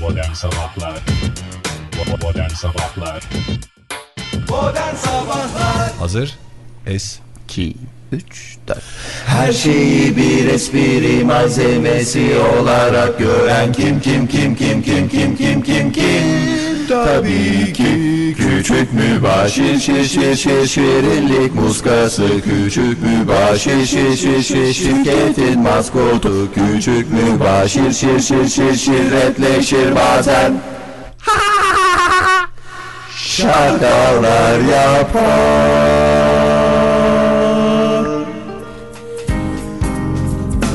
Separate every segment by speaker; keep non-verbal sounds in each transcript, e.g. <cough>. Speaker 1: Modern Sabahlar Modern Sabahlar
Speaker 2: Hazır. Es.
Speaker 3: 2, 3, 4.
Speaker 4: Her şeyi bir espri malzemesi olarak gören kim kim kim kim kim kim kim kim kim Tabii ki küçük mübaşir şir şir şir şirinlik muskası Küçük mübaşir şir şir şir şirketin maskotu Küçük mübaşir şir şir şir şirretleşir bazen <laughs> Şakalar yapar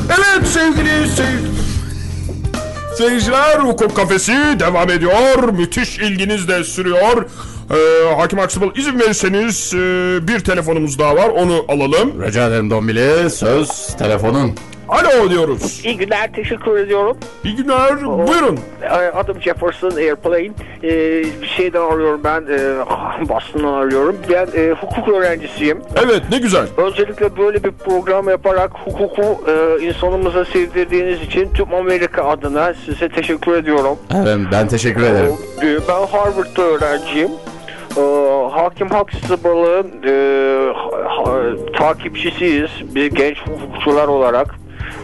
Speaker 5: Evet sevgili seyir... seyirciler Hukuk Kafesi devam ediyor. Müthiş ilginiz de sürüyor. Ee, Hakim Aksıbıl izin verirseniz e, bir telefonumuz daha var onu alalım.
Speaker 4: Rica ederim Dombili. Söz telefonun.
Speaker 5: Alo diyoruz.
Speaker 6: İyi günler, teşekkür ediyorum.
Speaker 5: İyi günler buyurun.
Speaker 6: Ee, Adım Jefferson Airplane. Ee, bir şeyden arıyorum ben, e, Boston'dan arıyorum. Ben e, hukuk öğrencisiyim.
Speaker 5: Evet ne güzel.
Speaker 6: Öncelikle böyle bir program yaparak hukuku e, insanımıza sevdirdiğiniz için tüm Amerika adına size teşekkür ediyorum.
Speaker 4: Efendim ben teşekkür ederim.
Speaker 6: Ee, Ben Harvard'da öğrenciyim. Ee, Hakim Huxtable'ın e, ha- ha- takipçisiyiz biz genç hukukçular olarak.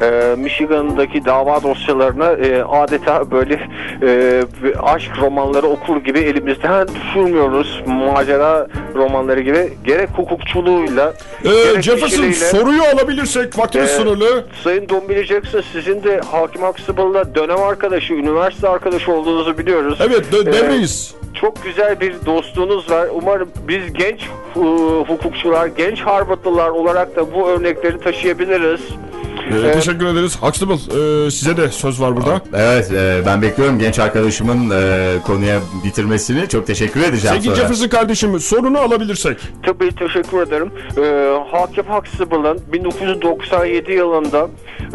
Speaker 6: Ee, Michigan'daki dava dosyalarını e, adeta böyle e, bir aşk romanları okur gibi elimizden düşürmüyoruz. Macera romanları gibi. Gerek hukukçuluğuyla
Speaker 5: Ee,
Speaker 6: gerek
Speaker 5: Jefferson
Speaker 6: işleriyle-
Speaker 5: soruyu alabilirsek vaktimiz
Speaker 6: Ee,
Speaker 5: sınırlı.
Speaker 6: Sayın Don Billy Jackson sizin de Hakim Huxtable'la dönem arkadaşı, üniversite arkadaşı olduğunuzu biliyoruz.
Speaker 5: Evet dö-
Speaker 6: Ee,
Speaker 5: devreyiz.
Speaker 6: çok güzel bir dostluğunuz var. Umarım biz genç hu- hukukçular, genç Harvardlılar olarak da bu örnekleri taşıyabiliriz. E,
Speaker 5: Ee, teşekkür ederiz. Huxtable ee, size de söz var burada.
Speaker 4: Evet e, ben bekliyorum genç arkadaşımın e, konuya bitirmesini. Çok teşekkür edeceğim
Speaker 5: Sevgili
Speaker 4: sonra.
Speaker 5: Jefferson kardeşim sorunu alabilirsek.
Speaker 6: Tabii teşekkür ederim. Ee, Hakim Huxtable'ın 1997 yılında e,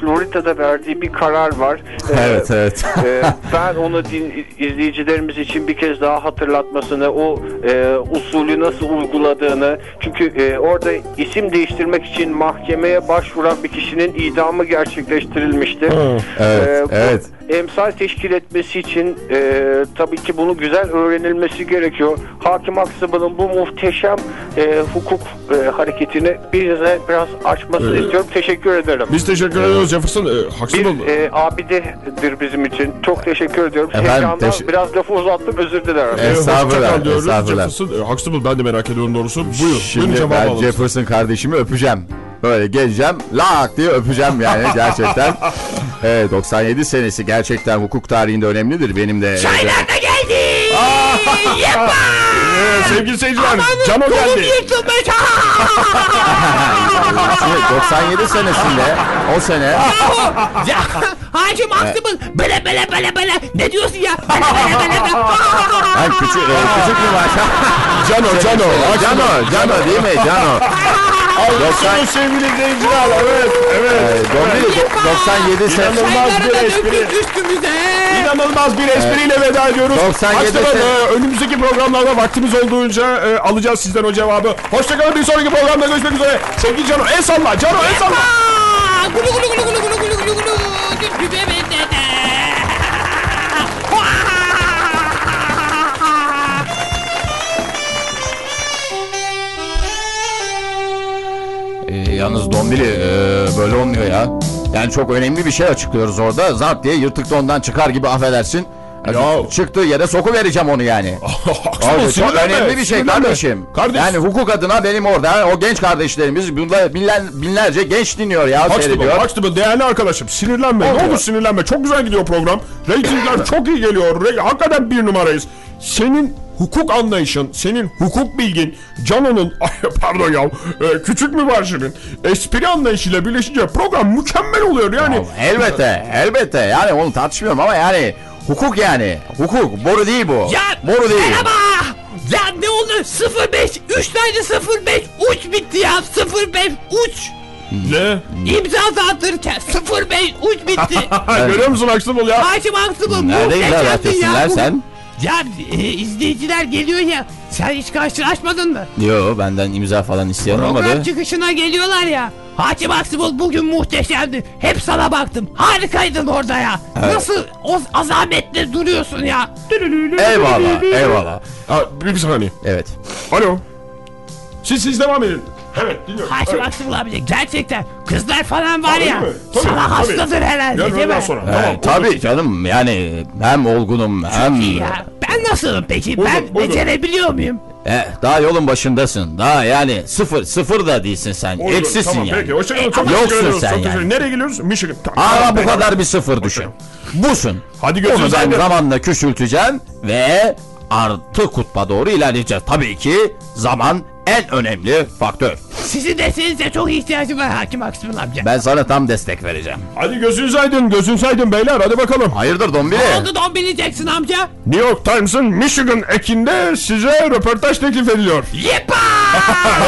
Speaker 6: Florida'da verdiği bir karar var. Ee,
Speaker 4: Evet evet.
Speaker 6: Ee, ben onu din- izleyicilerimiz için bir kez daha hatırlatmasını, o e, usulü nasıl uyguladığını, çünkü e, orada isim değiştirmek için mahkemeye başvuran bir kişinin idamı gerçekleştirilmişti.
Speaker 5: E,
Speaker 4: <laughs> evet
Speaker 6: Ee, bu-
Speaker 4: evet.
Speaker 6: Emsal teşkil etmesi için e, tabii ki bunu güzel öğrenilmesi gerekiyor. Hakim Aksabı'nın bu muhteşem e, hukuk e, hareketini birinize biraz açmasını istiyorum. Teşekkür ederim.
Speaker 5: Biz teşekkür ediyoruz Jefferson. Ee,
Speaker 6: Bir
Speaker 5: Huxtable.
Speaker 6: e, abidedir bizim için. Çok teşekkür ediyorum.
Speaker 4: Efendim,
Speaker 6: Heyecandan
Speaker 4: teş-
Speaker 6: biraz lafı uzattım özür dilerim.
Speaker 4: Evet. Estağfurullah,
Speaker 5: Ee, hoşça kal diyoruz.
Speaker 4: estağfurullah.
Speaker 5: Jefferson, e, Huxtable ben de merak ediyorum doğrusu. Buyurun. buyurun
Speaker 4: Şimdi
Speaker 5: cevabı
Speaker 4: ben
Speaker 5: alalım.
Speaker 4: Jefferson kardeşimi öpeceğim. Böyle geleceğim lak diye öpeceğim yani
Speaker 5: <laughs>
Speaker 4: gerçekten. Evet 97 senesi gerçekten hukuk tarihinde önemlidir benim de.
Speaker 5: Şey Ee, sevgili seyirciler, Cano geldi.
Speaker 4: 97 senesinde o
Speaker 5: <laughs>
Speaker 4: sene
Speaker 3: Ya Hacım aklımın böyle böyle böyle böyle ne diyorsun ya? Böyle böyle böyle böyle.
Speaker 4: ben küçük e, küçük bir
Speaker 5: Cano, Cano. Cano.
Speaker 4: Cano, Cano değil mi? Cano.
Speaker 5: Cano sevgili seyirciler, evet,
Speaker 4: Ee,
Speaker 5: <laughs> evet.
Speaker 4: Dombili, 97 sene.
Speaker 5: İnanılmaz bir
Speaker 3: Çayları da
Speaker 5: espri.
Speaker 3: dökün üstümüze.
Speaker 5: İnanılmaz bir espriyle veda ediyoruz.
Speaker 4: 97
Speaker 5: Açtı
Speaker 4: sen-
Speaker 5: bana, önümüzdeki programlarda vaktimiz olduğunca e, alacağız sizden o cevabı. Hoşçakalın bir sonraki programda görüşmek üzere. Sevgili Cano, el salla. Cano, el salla.
Speaker 3: Aa, Gulu gulu gulu gulu gulu gulu gulu gulu. Düdübe bende de.
Speaker 4: Ee, yalnız Dombili ee, böyle olmuyor ya. Yani çok önemli bir şey açıklıyoruz orada. Zart diye yırtık ondan çıkar gibi affedersin.
Speaker 5: Ya. Ah,
Speaker 4: Ya. Çıktığı yere soku vereceğim onu yani.
Speaker 5: Haksız
Speaker 4: Abi,
Speaker 5: olsun.
Speaker 4: çok önemli bir şey kardeşim.
Speaker 5: Kardeş.
Speaker 4: Yani hukuk adına benim orada o genç kardeşlerimiz bunlar binler, binlerce genç dinliyor ya
Speaker 5: Huxtable,
Speaker 4: seyrediyor.
Speaker 5: Huxtable değerli arkadaşım sinirlenme. Ne
Speaker 4: Oluyor.
Speaker 5: olur sinirlenme. Çok güzel gidiyor program. Ratingler çok iyi geliyor. Re- Hakikaten bir numarayız. Senin hukuk anlayışın, senin hukuk bilgin, Cano'nun, <laughs> ay, pardon ya, e, küçük mübaşirin espri anlayışıyla birleşince program mükemmel oluyor yani.
Speaker 4: Elbette elbette yani onu tartışmıyorum ama yani hukuk yani hukuk boru değil bu.
Speaker 3: Ya
Speaker 4: boru değil.
Speaker 3: Merhaba. Ya ne oldu? 05 3 tane 05 uç bitti ya 05 uç.
Speaker 5: Ne?
Speaker 3: İmza atırken 05 uç bitti.
Speaker 5: Ha, görüyor musun Huxtable ya?
Speaker 3: Hacım Aksım'ın
Speaker 4: Neredeydiler
Speaker 3: muhteşemdi
Speaker 4: ertesiler
Speaker 3: ya. bu-
Speaker 4: sen?
Speaker 3: Ya e, izleyiciler geliyor ya. Sen hiç karşılaşmadın mı?
Speaker 4: Yo benden imza falan isteyen
Speaker 3: Program
Speaker 4: olmadı.
Speaker 3: çıkışına geliyorlar ya. Hacı Maksimus bugün muhteşemdi. Hep sana baktım. Harikaydın orada ya. Nasıl o azametle duruyorsun ya.
Speaker 4: Eyvallah eyvallah.
Speaker 5: Ha, bir, bir saniye.
Speaker 4: Evet.
Speaker 5: Alo. Siz siz devam edin. Evet dinliyorum.
Speaker 3: Hacı
Speaker 5: Evet.
Speaker 3: Maksimus abi gerçekten kızlar falan var
Speaker 5: Öyle
Speaker 3: ya.
Speaker 5: mi? Tabii,
Speaker 3: sana
Speaker 5: tabii.
Speaker 3: hastadır herhalde
Speaker 5: Yarın
Speaker 3: değil
Speaker 5: öğleden
Speaker 3: mi?
Speaker 5: sonra.
Speaker 4: Ee,
Speaker 5: Tamam.
Speaker 4: tabii canım yani hem olgunum hem...
Speaker 3: İyi ya. Ben nasılım peki?
Speaker 5: Buyurun,
Speaker 3: ben
Speaker 5: buyurun.
Speaker 3: becerebiliyor muyum?
Speaker 4: Eh, daha yolun başındasın. Daha yani sıfır sıfır da değilsin sen.
Speaker 5: Oldu,
Speaker 4: Eksisin
Speaker 5: tamam,
Speaker 4: yani.
Speaker 5: Peki hoşçakalın. Çok
Speaker 4: ama-
Speaker 5: teşekkür
Speaker 4: Yoksun
Speaker 5: ediyoruz,
Speaker 4: sen
Speaker 5: çok teşekkür-
Speaker 4: yani.
Speaker 5: Nereye geliyoruz? Michigan. Tamam.
Speaker 4: Ama bu
Speaker 5: Peki.
Speaker 4: kadar bir sıfır düşün. Busun.
Speaker 5: Hadi götür
Speaker 4: Onu ben
Speaker 5: sen de.
Speaker 4: zamanla küçülteceğim ve artı kutba doğru ilerleyeceğiz. Tabii ki zaman en önemli faktör.
Speaker 3: Sizin desteğinize çok ihtiyacım var Hakim Aksimus amca.
Speaker 4: Ben sana tam destek vereceğim.
Speaker 5: Hadi gözünüz aydın, gözünüz aydın beyler. Hadi bakalım.
Speaker 4: Hayırdır Dombili?
Speaker 3: Ne oldu Don bileceksin amca?
Speaker 5: New York Times'ın Michigan ekinde size röportaj teklif ediliyor.
Speaker 3: Yepa!
Speaker 5: <laughs>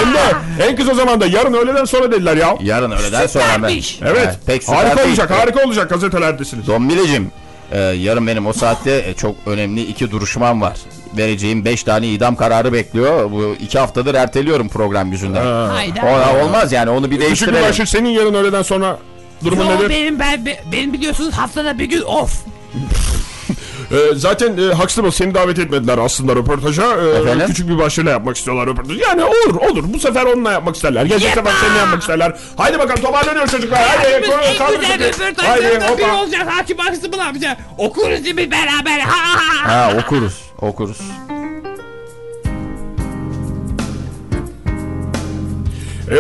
Speaker 5: Hem de en kısa zamanda yarın öğleden sonra dediler ya.
Speaker 4: Yarın öğleden sonra ben.
Speaker 3: Süpermiş.
Speaker 5: Evet.
Speaker 4: pek süper
Speaker 5: harika
Speaker 4: değil.
Speaker 5: olacak, harika olacak gazetelerdesiniz.
Speaker 4: Dombilicim, e, yarın benim o saatte e, çok önemli iki duruşmam var. Vereceğim 5 tane idam kararı bekliyor. Bu iki haftadır erteliyorum program yüzünden. O
Speaker 3: Hayda.
Speaker 4: ya olmaz yani onu bir
Speaker 5: Küçük
Speaker 4: değiştirelim.
Speaker 5: Mübaşir senin yarın öğleden sonra durumun
Speaker 3: Yo,
Speaker 5: nedir?
Speaker 3: benim ben be- benim biliyorsunuz haftada bir gün off.
Speaker 5: Ee, zaten e, Huxtable seni davet etmediler aslında röportaja. Ee,
Speaker 4: Efendim?
Speaker 5: küçük bir başlığıyla yapmak istiyorlar röportajı. Yani olur olur bu sefer onunla yapmak isterler. Gelecek
Speaker 3: Yepa!
Speaker 5: sefer seninle yapmak isterler. Haydi bakalım toparlanıyor çocuklar. Haydi.
Speaker 3: Hayatımın en
Speaker 5: kaldır
Speaker 3: güzel
Speaker 5: bakayım.
Speaker 3: röportajlarından biri
Speaker 5: hoppa.
Speaker 3: olacak Hakim Aksımın amca. Okuruz değil mi beraber? Ha, ha, ha.
Speaker 4: Ha okuruz, okuruz.
Speaker 5: Ee,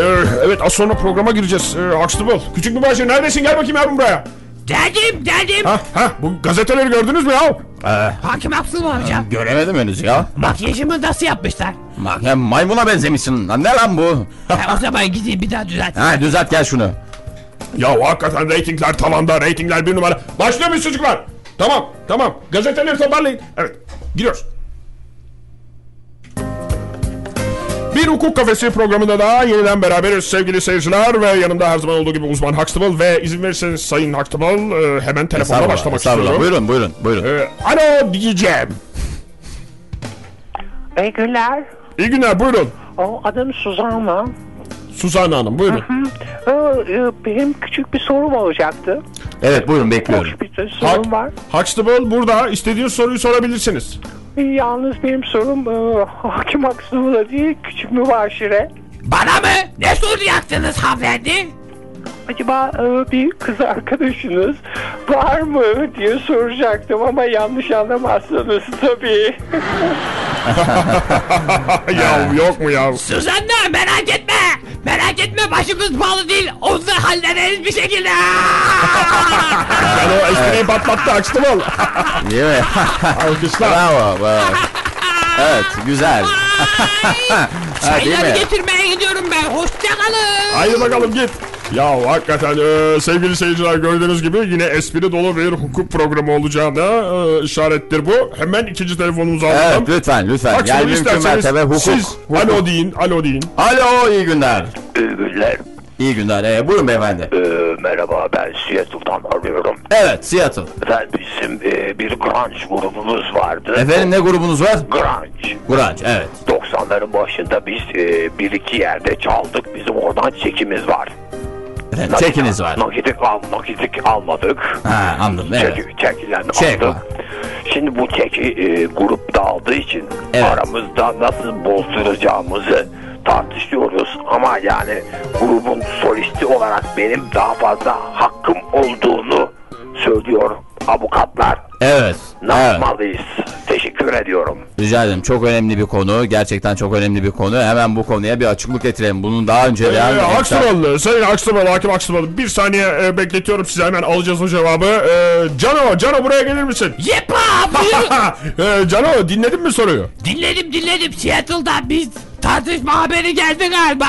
Speaker 5: evet az sonra programa gireceğiz. Ee, Huxtable. Küçük bir başlığı neredesin? Gel bakayım yavrum buraya.
Speaker 3: Geldim geldim.
Speaker 5: Ha, ha, bu gazeteleri gördünüz mü ya?
Speaker 3: Hakim Aksımın amca.
Speaker 4: Göremedim henüz ya.
Speaker 3: Makyajımı
Speaker 5: <laughs>
Speaker 3: nasıl yapmışlar?
Speaker 4: Bak ya maymuna benzemişsin. Lan ne lan bu?
Speaker 3: Ha, o zaman gideyim bir daha düzelt.
Speaker 4: Ha düzelt gel şunu.
Speaker 5: Ya hakikaten reytingler tavanda, reytingler bir numara. Başlıyor muyuz çocuklar? Tamam, tamam. Gazeteleri toparlayın. Evet, gidiyoruz. Bir hukuk kafesi programında daha yeniden beraberiz sevgili seyirciler ve yanımda her zaman olduğu gibi uzman Huxtable ve izin verirseniz Sayın Huxtable e, hemen telefonla
Speaker 4: Estağfurullah,
Speaker 5: başlamak
Speaker 4: estağfurullah.
Speaker 5: istiyorum.
Speaker 4: Buyurun buyurun buyurun.
Speaker 5: E, alo diyeceğim.
Speaker 7: İyi günler.
Speaker 5: İyi günler buyurun.
Speaker 7: O, Adım Suzan'la.
Speaker 5: Suzan Hanım buyurun.
Speaker 7: Benim küçük bir sorum olacaktı.
Speaker 4: Evet buyurun bekliyorum.
Speaker 7: Hoş bir sorum var.
Speaker 5: Huxtable burada istediğiniz soruyu sorabilirsiniz.
Speaker 7: E, Yalnız benim sorum e, hakim haksızlığı da değil, küçük mübaşire.
Speaker 3: Bana mı? Ne soracaktınız hanımefendi?
Speaker 7: Acaba e, bir kız arkadaşınız var mı diye soracaktım ama yanlış anlamazsınız tabii.
Speaker 5: ya yok mu ya?
Speaker 3: Suzan'la merak etme. Merak etme başımız bağlı değil. Onu da hallederiz bir
Speaker 4: <laughs>
Speaker 3: şekilde.
Speaker 5: Ben o espriyi patlattı
Speaker 4: <laughs>
Speaker 5: Huxtable. şey.
Speaker 4: Değil mi? <laughs>
Speaker 5: Alkışlar.
Speaker 4: bravo bravo. Evet güzel. Ha, değil
Speaker 3: Çayları
Speaker 4: mi?
Speaker 3: getirmeye gidiyorum ben. Hoşçakalın.
Speaker 5: Haydi bakalım git. Ya hakikaten e, sevgili seyirciler gördüğünüz gibi yine espri dolu bir hukuk programı olacağına e, işarettir bu. Hemen ikinci telefonumuzu alalım.
Speaker 4: Evet lütfen lütfen.
Speaker 5: Bak
Speaker 4: yani
Speaker 5: şimdi
Speaker 4: mümkün
Speaker 5: isterseniz
Speaker 4: mertebe hukuk.
Speaker 5: siz
Speaker 4: hukuk.
Speaker 5: alo deyin, alo deyin.
Speaker 4: Alo iyi günler.
Speaker 8: İyi günler.
Speaker 4: İyi günler. Ee, buyurun beyefendi.
Speaker 8: Ee, merhaba ben Seattle'dan arıyorum.
Speaker 4: Evet Seattle.
Speaker 8: Efendim bizim e, bir grunge grubumuz vardı.
Speaker 4: Efendim ne grubunuz var?
Speaker 8: Grunge.
Speaker 4: Grunge evet.
Speaker 8: 90'ların başında biz e, <laughs> bir iki yerde çaldık. Bizim oradan çekimiz var.
Speaker 4: Efendim çekiniz var.
Speaker 8: Nakitlik, al, nakitlik almadık.
Speaker 4: Ha anladım evet.
Speaker 8: Çeki, çekilen
Speaker 4: Çek
Speaker 8: aldık.
Speaker 4: var.
Speaker 8: Şimdi bu çeki e, grup dağıldığı için
Speaker 4: Evet.
Speaker 8: aramızda nasıl bozduracağımızı tartışıyoruz. Ama yani grubun solisti olarak benim daha fazla hakkım olduğunu söylüyor avukatlar.
Speaker 4: Evet.
Speaker 8: Ne
Speaker 4: evet.
Speaker 8: yapmalıyız? Teşekkür ediyorum.
Speaker 4: Rica ederim. Çok önemli bir konu. Gerçekten çok önemli bir konu. Hemen bu konuya bir açıklık getirelim. Bunun daha önce
Speaker 5: Ee,
Speaker 4: yani-
Speaker 5: Aksumalı, Sayın Aksumalı, Hakim Aksumalı. Bir saniye e, bekletiyorum size hemen alacağız o cevabı. E, Cano, Cano buraya gelir misin? <laughs>
Speaker 4: <laughs>
Speaker 3: Yepa buyurun.
Speaker 5: e, Cano dinledin mi soruyu?
Speaker 3: dinledim dinledim. Seattle'dan biz tartışma haberi geldi galiba.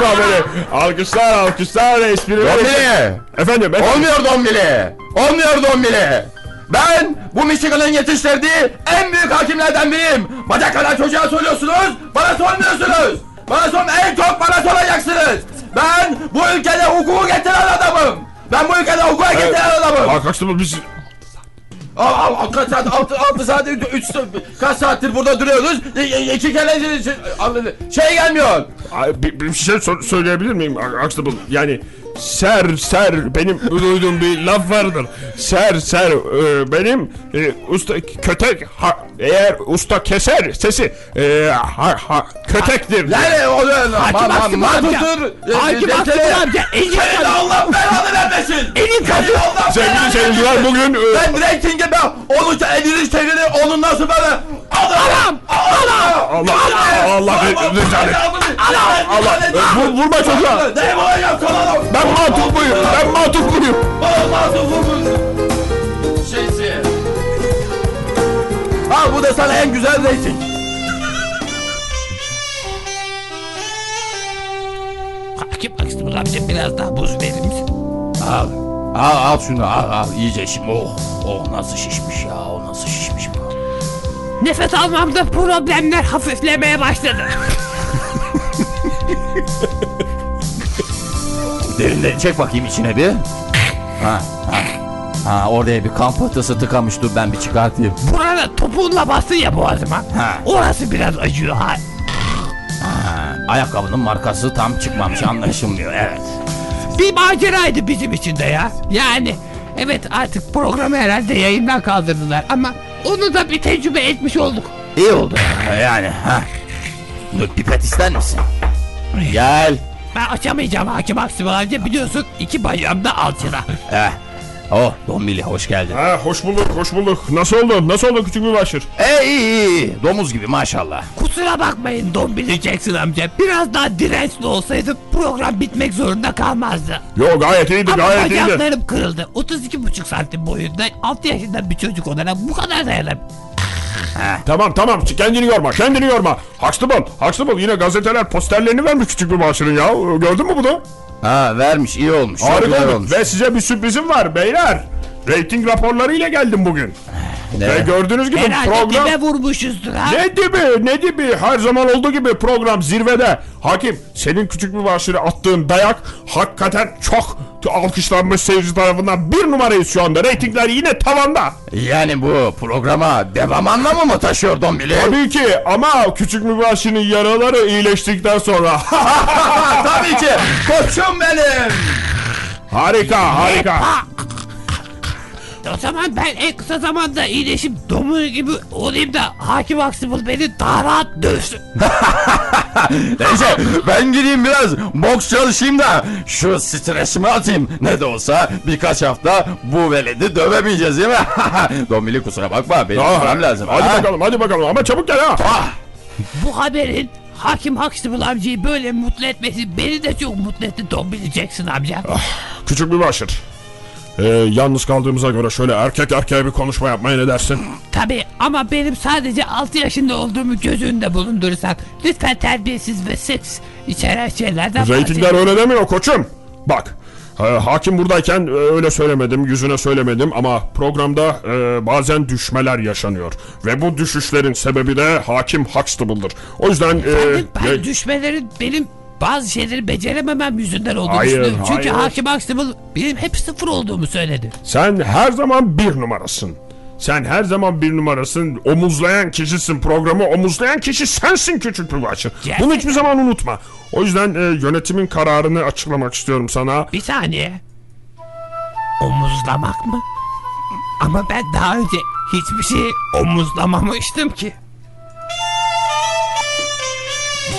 Speaker 5: Bu haberi. Alkışlar, alkışlar, espriler.
Speaker 4: Dombili!
Speaker 5: Efendim, e, efendim.
Speaker 4: Olmuyor Dombili! Olmuyor Dombili! Ben bu Michigan'ın yetiştirdiği en büyük hakimlerden biriyim. Bacak kadar çocuğa soruyorsunuz, bana sormuyorsunuz. Bana son en çok bana soracaksınız. Ben bu ülkede hukuku getiren adamım. Ben bu ülkede hukuka getiren adamım.
Speaker 5: Hakim Aksumalı biz
Speaker 4: Al al al kaç saat altı, altı saat üç, üç kaç saattir burada duruyoruz. E, e, iki kere şey- şey gelmiyor.
Speaker 5: Ay, bir, bir şey sor- söyleyebilir miyim A- Huxtable? Yani ser ser benim duyduğum bir laf vardır. Ser ser e, benim e, usta kötek ha- eğer usta keser sesi e, ha, ha, kötektir.
Speaker 4: Yani o da
Speaker 3: Hakim Hakim
Speaker 4: matutur.
Speaker 3: amca. Hakim Hakim amca. Elin
Speaker 4: Senin
Speaker 3: kadar.
Speaker 4: Ee, Allah belanı vermesin.
Speaker 3: Elin kadar.
Speaker 4: Senin Allah
Speaker 5: Sevgili
Speaker 4: belanı
Speaker 5: seyirciler
Speaker 4: vermesin.
Speaker 5: bugün e,
Speaker 4: Ben reytinge ben onun elini çekini onun nasıl bana Adam! Allah!
Speaker 5: Allah! Allah! Rezalet!
Speaker 4: Allah!
Speaker 5: Vur- e, vurma çocuğa.
Speaker 4: Ne bu ya kalalım?
Speaker 5: Ben matuk muyum? Ben matuk muyum?
Speaker 4: Olmaz ufumuz. Şeysi. Al bu da sana en güzel reyting.
Speaker 3: Hakim Huxtable amca biraz daha buz verir misin?
Speaker 4: Al. Al al şunu al al iyice şimdi oh oh nasıl şişmiş ya o nasıl şişmiş bu.
Speaker 3: Nefes almamda problemler hafiflemeye başladı.
Speaker 4: Derinde çek bakayım içine bir. Ha ha. Ha oraya bir kan patası tıkamış dur ben bir çıkartayım.
Speaker 3: Burada topuğunla bastın ya boğazıma.
Speaker 4: Ha.
Speaker 3: Orası biraz acıyor. Ha.
Speaker 4: Ha, ayakkabının markası tam çıkmamış anlaşılmıyor evet.
Speaker 3: Bir maceraydı bizim için de ya. Yani evet artık programı herhalde yayından kaldırdılar ama onu da bir tecrübe etmiş olduk.
Speaker 4: İyi oldu yani ha. Dur pipet ister misin? Gel.
Speaker 3: Ben açamayacağım hakim Huxtable amca biliyorsun iki bacağım da alçıda.
Speaker 4: Heh. Oh Dombili hoş geldin.
Speaker 5: Ha, hoş bulduk, hoş bulduk. Nasıl oldu? Nasıl oldu küçük bir başır?
Speaker 4: E iyi iyi, iyi domuz gibi maşallah.
Speaker 3: Kusura bakmayın Don Bileceksin amca. Biraz daha dirençli olsaydı program bitmek zorunda kalmazdı.
Speaker 5: Yo gayet iyiydi,
Speaker 3: Ama
Speaker 5: gayet iyiydi.
Speaker 3: bacaklarım kırıldı. 32,5 santim boyunda 6 yaşında bir çocuk olarak bu kadar dayanabilirim.
Speaker 5: Tamam tamam kendini yorma kendini yorma. Huxtable Huxtable yine gazeteler posterlerini vermiş küçük bir başının ya. Ee, Gördün mü bunu?
Speaker 4: Ha vermiş iyi olmuş. çok
Speaker 5: Harika
Speaker 4: güzel
Speaker 5: oldu.
Speaker 4: olmuş.
Speaker 5: Ve size bir sürprizim var beyler. Rating raporlarıyla geldim bugün. Ve
Speaker 4: Evet.
Speaker 5: gördüğünüz gibi
Speaker 3: Herhalde
Speaker 5: program...
Speaker 3: dibe vurmuşuzdur ha.
Speaker 5: Ne dibi ne dibi her zaman olduğu gibi program zirvede. Hakim senin küçük bir başına attığın dayak hakikaten çok alkışlanmış seyirci tarafından bir numarayız şu anda. Ratingler yine tavanda.
Speaker 4: Yani bu programa devam anlamı mı taşıyor Dombili?
Speaker 5: Tabii ki ama küçük mübaşinin yaraları iyileştikten sonra. <laughs>
Speaker 4: Ha, tabii ki. Koçum benim.
Speaker 5: harika harika.
Speaker 3: Ha. O zaman ben en kısa zamanda iyileşip domuz gibi olayım da Hakim Huxtable beni daha rahat dövsün.
Speaker 4: Neyse ben gireyim biraz boks çalışayım da şu stresimi atayım. Ne de olsa birkaç hafta bu veledi dövemeyeceğiz değil mi? <laughs> Dombili kusura bakma benim
Speaker 5: Aa,
Speaker 4: gitmem lazım.
Speaker 5: Ah, Oh, Hadi
Speaker 4: ha?
Speaker 5: bakalım hadi bakalım ama çabuk gel ha.
Speaker 4: Ah, <laughs>
Speaker 3: Bu haberin Hakim Huxtable amcayı böyle mutlu etmesi beni de çok mutlu etti Don Bileceksin amca.
Speaker 5: Ah. Küçük mübaşir. Ee, yalnız kaldığımıza göre şöyle erkek erkeğe bir konuşma yapmaya ne dersin?
Speaker 3: Tabii ama benim sadece 6 yaşında olduğumu göz önünde bulundurursan lütfen terbiyesiz ve seks içeren şeylerden
Speaker 5: Ratingler öyle demiyor koçum. Bak e, hakim buradayken e, öyle söylemedim yüzüne söylemedim ama programda e, bazen düşmeler yaşanıyor. Ve bu düşüşlerin sebebi de hakim Huxtable'dır. O yüzden... e,
Speaker 3: bahsedin. Ben,
Speaker 5: ya-
Speaker 3: düşmelerin benim bazı şeyleri becerememem yüzünden olduğunu
Speaker 5: Hayır,
Speaker 3: düşünüyorum. Çünkü
Speaker 5: hayır.
Speaker 3: Hakim Huxtable benim hep sıfır olduğumu söyledi.
Speaker 5: sen her zaman bir numarasın. Sen her zaman bir numarasın. Omuzlayan kişisin programı. Omuzlayan kişi sensin küçük bir başın.
Speaker 3: Gerçekten.
Speaker 5: Bunu hiçbir zaman unutma. O yüzden e, yönetimin kararını açıklamak istiyorum sana.
Speaker 3: Bir saniye. Omuzlamak mı? Ama ben daha önce hiçbir şeyi omuzlamamıştım ki.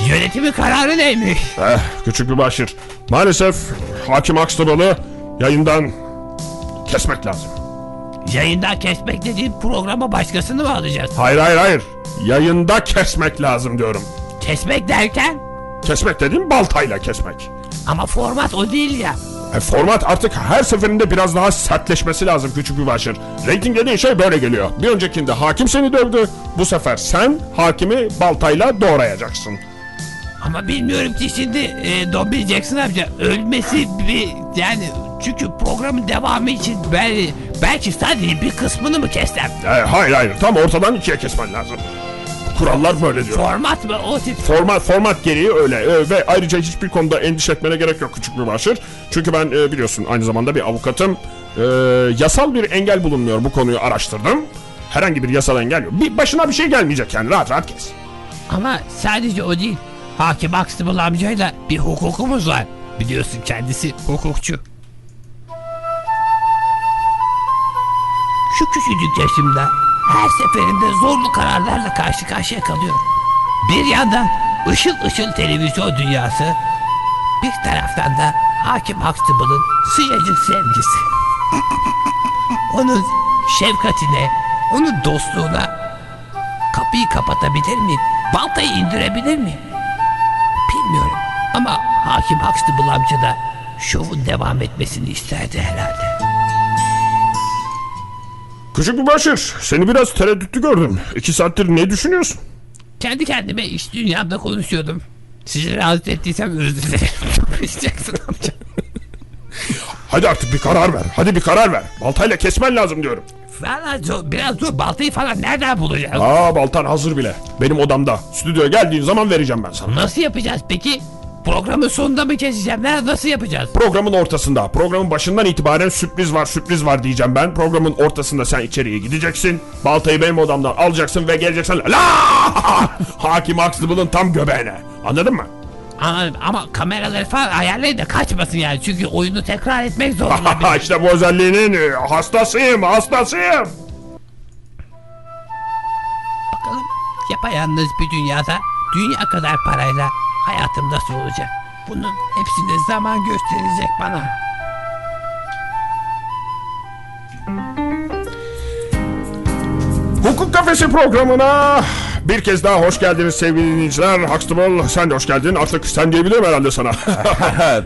Speaker 3: Yönetimin kararı neymiş?
Speaker 5: Eh, küçük bir başır. Maalesef hakim Akstabalı yayından kesmek lazım.
Speaker 3: Yayından kesmek dediğin programa başkasını mı alacağız?
Speaker 5: Hayır hayır hayır. Yayında kesmek lazım diyorum.
Speaker 3: Kesmek derken?
Speaker 5: Kesmek dediğim baltayla kesmek.
Speaker 3: Ama format o değil ya.
Speaker 5: E, format artık her seferinde biraz daha sertleşmesi lazım küçük bir başır. Rating dediğin şey böyle geliyor. Bir öncekinde hakim seni dövdü. Bu sefer sen hakimi baltayla doğrayacaksın.
Speaker 3: Ama bilmiyorum ki şimdi e, Don Bill Jackson amca ölmesi bir yani çünkü programın devamı için ben belki sadece bir kısmını mı kessem?
Speaker 5: E, hayır hayır tam ortadan ikiye kesmen lazım. Kurallar böyle diyor.
Speaker 3: Format mı o tip?
Speaker 5: Format format gereği öyle Ee, ve ayrıca hiçbir konuda endişe etmene gerek yok küçük bir başır. Çünkü ben e, biliyorsun aynı e, zamanda bir avukatım. e, yasal bir engel bulunmuyor bu konuyu araştırdım. Herhangi bir yasal engel yok. Bir başına bir şey gelmeyecek yani rahat rahat kes.
Speaker 3: Ama sadece o değil. Hakim Huxtable amcayla bir hukukumuz var. Biliyorsun kendisi hukukçu. Şu küçücük yaşımda her seferinde zorlu kararlarla karşı karşıya kalıyorum. Bir yandan ışıl ışıl televizyon dünyası, bir taraftan da Hakim Huxtable'ın sıcacık sevgisi. <laughs> Onun şefkatine, onun dostluğuna kapıyı kapatabilir miyim? Baltayı indirebilir miyim? Bilmiyorum ama Hakim Huxtable amca da şovun devam etmesini isterdi herhalde.
Speaker 5: Küçük Mübaşir seni biraz tereddütlü gördüm. İki saattir ne düşünüyorsun?
Speaker 3: Kendi kendime iş dünyamda konuşuyordum. Sizi rahatsız ettiysem özür dilerim. <laughs> Yapacaksın amca.
Speaker 5: Hadi artık bir karar ver. Hadi bir karar ver. Baltayla kesmen lazım diyorum.
Speaker 3: Valla zor, biraz zor. Baltayı falan nereden bulacağız?
Speaker 5: Aa baltan hazır bile. Benim odamda. Stüdyoya geldiğin zaman vereceğim ben sana.
Speaker 3: Nasıl yapacağız peki? Programın sonunda mı keseceğim? Nerede nasıl yapacağız?
Speaker 5: Programın ortasında, programın başından itibaren sürpriz var sürpriz var diyeceğim ben. Programın ortasında sen içeriye gideceksin. Baltayı benim odamdan alacaksın ve geleceksin. La! <laughs> Hakim Huxtable'ın tam göbeğine. Anladın mı? <laughs>
Speaker 3: Ama, ama kameraları falan ayarlayın da kaçmasın yani. Çünkü oyunu tekrar etmek zorunda. biz.
Speaker 5: işte bu özelliğinin e, hastasıyım, hastasıyım.
Speaker 3: Bakalım yapayalnız bir dünyada dünya kadar parayla hayatım nasıl olacak? Bunun hepsini zaman gösterecek bana.
Speaker 5: Hukuk Kafesi programına bir kez daha hoş geldiniz sevgili dinleyiciler. Huxtable sen de hoş geldin. Artık sen diyebilirim herhalde sana.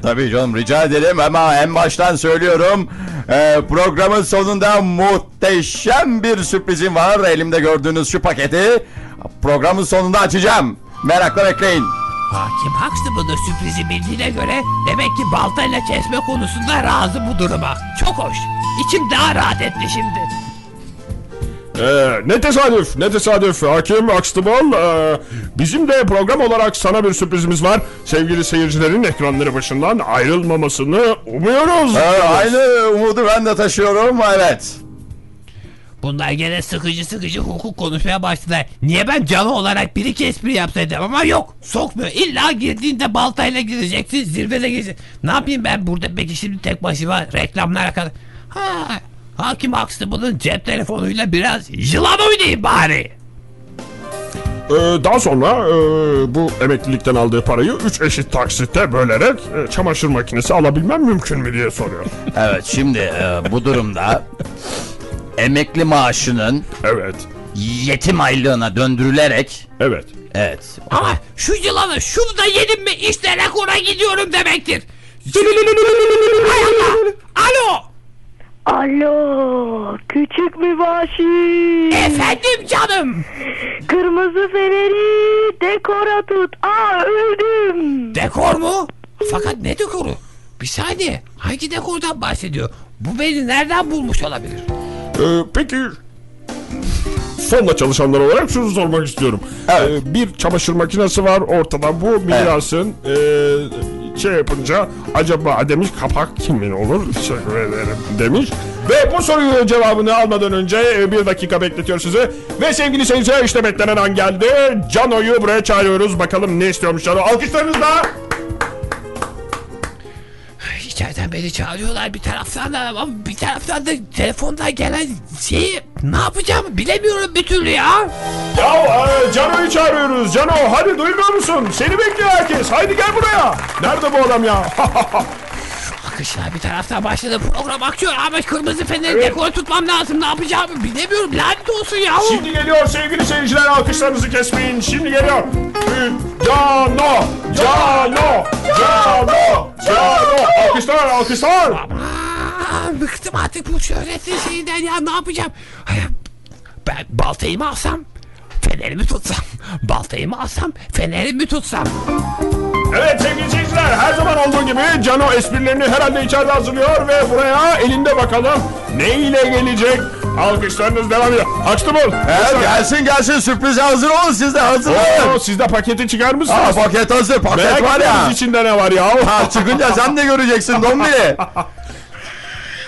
Speaker 4: Tabii canım rica ederim ama en baştan söylüyorum. Ee, programın sonunda muhteşem bir sürprizim var. Elimde gördüğünüz şu paketi programın sonunda açacağım. Merakla bekleyin.
Speaker 3: Hakim Huxtable'ın sürprizi bildiğine göre demek ki baltayla kesme konusunda razı bu duruma. Çok hoş. İçim daha rahat etti şimdi.
Speaker 5: Ee, ne tesadüf, ne tesadüf. Hakim Huxtable, ee, bizim de program olarak sana bir sürprizimiz var. Sevgili seyircilerin ekranları başından ayrılmamasını umuyoruz.
Speaker 4: Ee, aynı umudu ben de taşıyorum. Evet.
Speaker 3: Bunlar gene sıkıcı sıkıcı hukuk konuşmaya başladılar. Niye ben canlı olarak bir iki espri yapsaydım ama yok. Sokmuyor. İlla girdiğinde baltayla gireceksin zirvede gireceksin. Ne yapayım ben burada peki şimdi tek başıma reklamlara kadar. Ha, Hakim Huxtable'ın cep telefonuyla biraz yılan oynayayım bari.
Speaker 5: Ee, daha sonra ee, bu emeklilikten aldığı parayı 3 eşit taksitte bölerek ee, çamaşır makinesi alabilmem mümkün mü diye soruyor.
Speaker 4: Evet şimdi e, bu durumda emekli maaşının
Speaker 5: evet,
Speaker 4: yetim aylığına döndürülerek
Speaker 5: evet.
Speaker 4: evet
Speaker 3: Ama şu yılanı şurada yedim mi işte rekora gidiyorum demektir. Hay Allah! Alo!
Speaker 9: Alo küçük mübaşir
Speaker 8: E?
Speaker 3: Efendim canım!
Speaker 9: kırmızı feneri dekora tut aa öldüm
Speaker 3: Dekor mu? Fakat ne dekoru? Bir saniye. Hangi dekordan bahsediyor? Bu beni nereden bulmuş olabilir?
Speaker 5: Ee, peki fonla çalışanlar olarak şunu sormak istiyorum.
Speaker 4: Evet.
Speaker 5: Ee, bir çamaşır makinesi var ortada. Bu mirasın ee, şey yapınca acaba demiş kapak kimin olur? Teşekkür ederim demiş. Ve bu sorunun cevabını almadan önce e, bir dakika bekletiyor sizi. Ve sevgili seyirciler işte beklenen an geldi. Cano'yu buraya çağırıyoruz. Bakalım ne istiyormuş Cano. Alkışlarınızla.
Speaker 3: İçeriden beni çağırıyorlar bir taraftan da ama bir taraftan da telefondan gelen şeyi ne yapacağımı bilemiyorum bir türlü ya.
Speaker 5: Ya e, Cano'yu çağırıyoruz. Cano hadi duymuyor musun? Seni bekliyor herkes. Haydi gel buraya. Nerede bu adam ya? <laughs>
Speaker 3: Akışlar bir taraftan başladı program akıyor ama kırmızı feneri dekor tutmam lazım ne yapacağımı bilemiyorum lanet olsun ya.
Speaker 5: Şimdi geliyor sevgili seyirciler alkışlarınızı kesmeyin. Şimdi geliyor. Ü- Cano! Cano! Cano! Cano! Alkışlar alkışlar!
Speaker 3: Aman bıktım artık bu şöhretli şeyden ya ne yapacağım? Ay, Ben baltayı mı alsam? Fenerimi tutsam? Baltayı mı alsam? Fenerimi tutsam?
Speaker 5: Evet sevgili seyirciler her zaman olduğu gibi Cano esprilerini herhalde içeride hazırlıyor ve buraya elinde bakalım ne ile gelecek? Alkışlarınız devam ediyor. Açtı mı?
Speaker 4: Evet, E, gelsin gelsin sürprize hazır olun siz de hazır
Speaker 5: Oo,
Speaker 4: olun.
Speaker 5: siz de paketi
Speaker 4: Aa,
Speaker 5: çıkarmışsınız.
Speaker 4: paket hazır paket
Speaker 5: Merak
Speaker 4: var
Speaker 5: ediyoruz
Speaker 4: ya. <laughs>
Speaker 5: içinde ne var ya.
Speaker 4: Ha, çıkınca sen de göreceksin Dombili.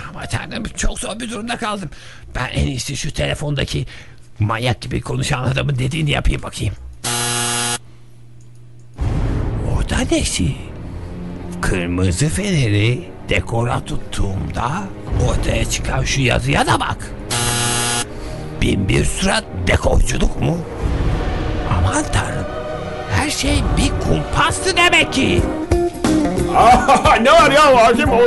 Speaker 3: Ama
Speaker 10: Tanrım çok zor bir durumda kaldım. Ben en iyisi şu telefondaki manyak gibi konuşan adamın dediğini yapayım bakayım. Orada nesi? Kırmızı feneri dekora tuttuğumda ortaya çıkan şu yazıya da bak. Bin bir surat dekorculuk mu? Aman tanrım. Her şey bir kumpastı demek ki.
Speaker 5: ne var ya hakim o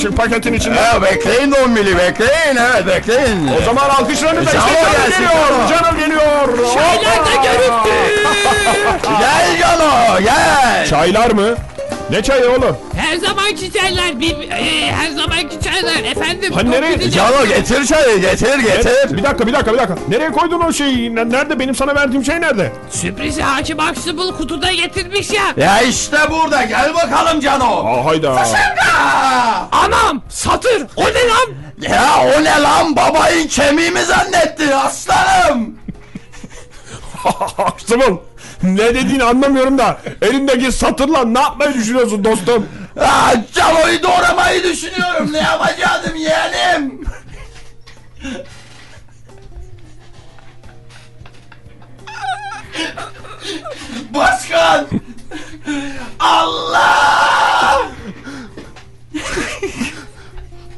Speaker 5: şey, paketin içinde.
Speaker 4: Ha, E, bekleyin 10 mili bekleyin evet bekleyin.
Speaker 5: O zaman alkışlarınızla işte
Speaker 4: Canım
Speaker 5: canım
Speaker 4: E, gelsin,
Speaker 5: geliyor.
Speaker 4: canım.
Speaker 5: Canım geliyor.
Speaker 10: Şeyler de görüntü.
Speaker 4: Gel Cano gel.
Speaker 5: Çaylar mı? Ne çayı oğlum?
Speaker 10: Her zamanki şeyler. Bir, e, her zamanki şeyler. Efendim.
Speaker 5: Hani
Speaker 10: çok
Speaker 5: nereye-
Speaker 10: güzel-
Speaker 4: Cano getir çayı getir getir.
Speaker 5: Bir dakika bir dakika bir dakika. Nereye koydun o şeyi? Ne- Nerede benim sana verdiğim şey nerede?
Speaker 10: Sürprizi Hakim Huxtable kutuda getirmiş ya.
Speaker 4: Ya işte burada gel bakalım Cano.
Speaker 5: Aa hayda.
Speaker 10: Anam satır. O ne lan?
Speaker 4: Ya o ne lan babayın kemiği mi zannettin aslanım?
Speaker 5: <laughs> Aksımın. Ne dediğini anlamıyorum da elindeki satırla ne yapmayı düşünüyorsun dostum?
Speaker 4: Aa, Cano'yu doğramayı düşünüyorum ne yapacaktım yeğenim? Başkan! Allah!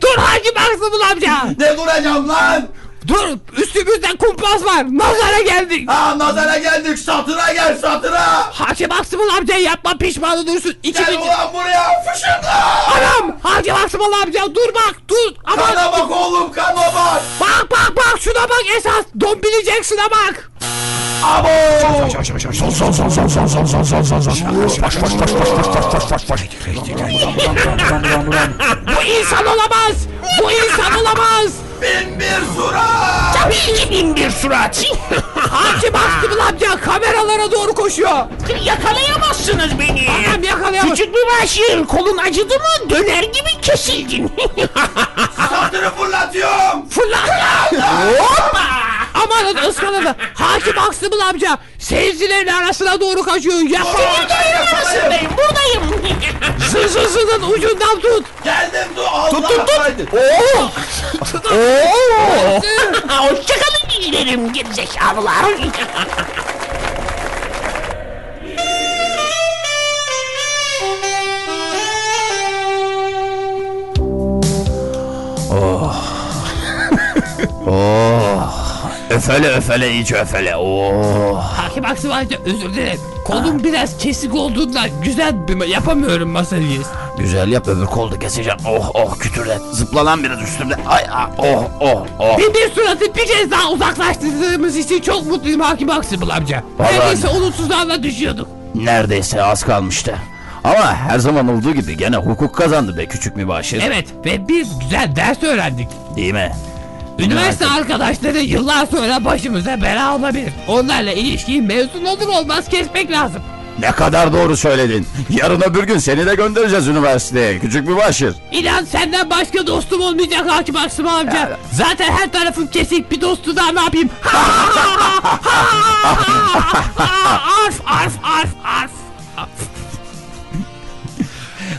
Speaker 10: Dur Hakim Huxtable amca.
Speaker 4: Ne duracağım lan?
Speaker 10: Dur üstümüzden kumpas var. Nazara geldik.
Speaker 4: Aa nazara geldik satıra gel satıra.
Speaker 10: Hakim Huxtable amca yapma pişman olursun.
Speaker 4: Gel
Speaker 10: İkimiz...
Speaker 4: ulan buraya fışırda.
Speaker 10: Anam! Hakim Huxtable amca dur bak dur. Aman
Speaker 4: Kana bak oğlum kana bak.
Speaker 10: bak bak bak şuna bak esas. Dombili Jackson'a bak.
Speaker 4: Abo.
Speaker 10: Bu insan olamaz. Bu insan olamaz.
Speaker 4: Bin bir surat.
Speaker 10: Tabii ki bin bir surat. Hakim Hakim amca kameralara doğru koşuyor. Yakalayamazsınız beni. Anam yakalayamaz. Küçük bir başı kolun acıdı mı döner gibi kesildin.
Speaker 4: Satırı fırlatıyorum.
Speaker 10: Fırlat. Hoppa. Aman ıskaladı. Hakim Hakim amca seyircilerin arasına doğru kaçıyor. Yapma.
Speaker 4: Buradayım.
Speaker 10: <laughs> Zızızının ucundan tut.
Speaker 4: Geldim dur. Allah tut
Speaker 10: tut, tut. Oo. Oo. Hoşçakalın
Speaker 4: <laughs>
Speaker 10: giderim gerizekalılar.
Speaker 4: Oh. Öfele öfele iyice öfele. Oh. Oo.
Speaker 10: Hakim Aksu amca özür dilerim. Kolum biraz kesik olduğundan güzel bir yapamıyorum masayı.
Speaker 4: Güzel yap öbür kolda keseceğim. Oh oh kütürle. Zıpla lan biraz üstümde. Ay ah oh oh oh.
Speaker 10: Bir bir suratı bir kez daha uzaklaştırdığımız için çok mutluyum Hakim Aksu amca.
Speaker 4: Vallahi-
Speaker 10: Neredeyse umutsuzluğuna düşüyorduk.
Speaker 4: Neredeyse az kalmıştı. Ama her zaman olduğu gibi gene hukuk kazandı be küçük mübaşir.
Speaker 10: Evet ve bir güzel ders öğrendik.
Speaker 4: Değil mi?
Speaker 10: Üniversite arkadaşları yıllar sonra başımıza bela olabilir. Onlarla ilişkiyi mezun olur olmaz kesmek lazım.
Speaker 4: Ne kadar doğru söyledin. Yarın öbür gün seni de göndereceğiz üniversiteye küçük mübaşir.
Speaker 10: İnan senden başka dostum olmayacak Hakim Aksım amca. Zaten her tarafım kesik bir dostu daha ne
Speaker 4: <laughs>
Speaker 10: yapayım? Ha, ha, ha, ha, ha. arf arf arf arf.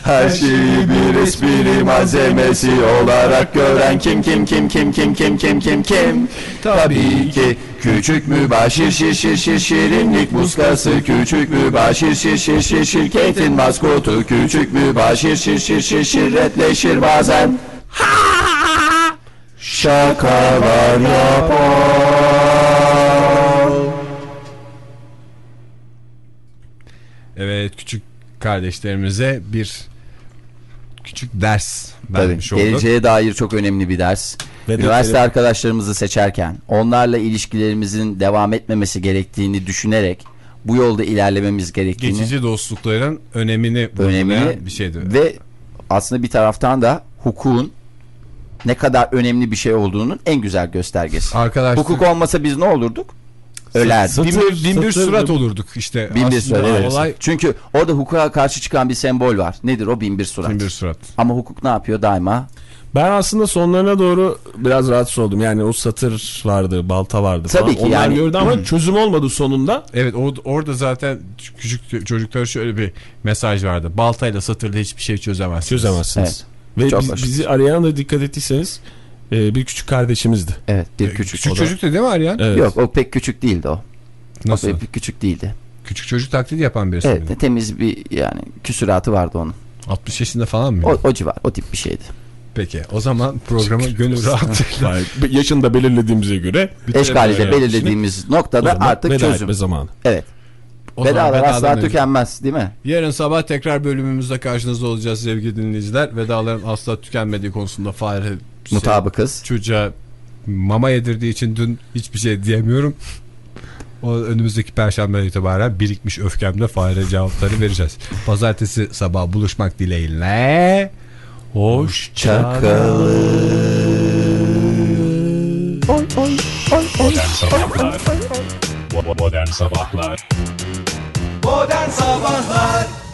Speaker 4: Her şeyi bir espri malzemesi olarak gören kim kim kim kim kim kim kim kim kim Tabii ki küçük mübaşir şir şir şir şirinlik muskası Küçük mübaşir şir şir şir şirketin maskotu Küçük mübaşir şir şir şir şirretleşir bazen Şakalar yapar
Speaker 2: Evet küçük kardeşlerimize bir küçük ders
Speaker 11: Tabii.
Speaker 2: vermiş olduk.
Speaker 11: Geleceğe dair çok önemli bir ders.
Speaker 2: Ve de-
Speaker 11: Üniversite arkadaşlarımızı seçerken onlarla ilişkilerimizin devam etmemesi gerektiğini düşünerek bu yolda ilerlememiz gerektiğini
Speaker 2: Geçici dostlukların önemini
Speaker 11: önemli
Speaker 2: vurgulayan bir şeydi.
Speaker 11: Ve aslında bir taraftan da hukukun ne kadar önemli bir şey olduğunun en güzel göstergesi.
Speaker 2: Arkadaşlar
Speaker 11: Hukuk olmasa biz ne olurduk? Ölerdik.
Speaker 2: bin, bir, bin bir surat olurduk işte.
Speaker 11: Bin bir
Speaker 2: Aslında
Speaker 11: surat. evet.
Speaker 2: Olay
Speaker 11: Çünkü orada hukuka karşı çıkan bir sembol var. Nedir o bin bir surat?
Speaker 2: bin bir surat.
Speaker 11: Ama hukuk ne yapıyor daima?
Speaker 12: Ben aslında sonlarına doğru biraz rahatsız oldum. Yani o satır vardı, balta vardı falan.
Speaker 11: Tabii ki
Speaker 12: Onlar
Speaker 11: yani.
Speaker 12: gördü ama çözüm olmadı sonunda.
Speaker 2: Evet or- orada zaten küçük çocuklara şöyle bir mesaj vardı. Baltayla satırla hiçbir şey çözemezsiniz.
Speaker 12: Çözemezsiniz.
Speaker 13: Ve
Speaker 12: Çok
Speaker 13: biz-
Speaker 12: hoş.
Speaker 13: bizi arayan da dikkat ettiyseniz e, bir küçük kardeşimizdi.
Speaker 12: Evet bir küçük.
Speaker 13: O da- Evet.
Speaker 12: Yok o pek küçük değildi o.
Speaker 2: Nasıl?
Speaker 12: O pek küçük değildi.
Speaker 2: Küçük çocuk taklidi yapan birisi.
Speaker 12: Evet
Speaker 2: miydi?
Speaker 12: temiz bir yani küsüratı vardı onun.
Speaker 2: 60 yaşında falan mı?
Speaker 12: O, o civar o tip bir şeydi.
Speaker 2: Peki o zaman programı gönül rahatlığıyla.
Speaker 13: Yaşını da belirlediğimize göre.
Speaker 12: Eşkali de belirlediğimiz
Speaker 2: şey.
Speaker 12: noktada artık çözüm. Evet.
Speaker 2: O zaman
Speaker 12: Vedalar
Speaker 2: vedadan
Speaker 12: asla
Speaker 2: edelim.
Speaker 12: tükenmez değil mi?
Speaker 2: Yarın sabah tekrar bölümümüzde karşınızda olacağız sevgili dinleyiciler. Vedaların asla tükenmediği konusunda Fahri
Speaker 12: Mutabıkız.
Speaker 2: Çocuğa mama yedirdiği için dün hiçbir şey diyemiyorum. O önümüzdeki perşembeden itibaren birikmiş öfkemle Fahri cevapları vereceğiz. Pazartesi sabah buluşmak dileğiyle. Hoşça
Speaker 1: Oy oy oy oy. Modern Sabahlar Modern Sabahlar
Speaker 4: Modern Sabahlar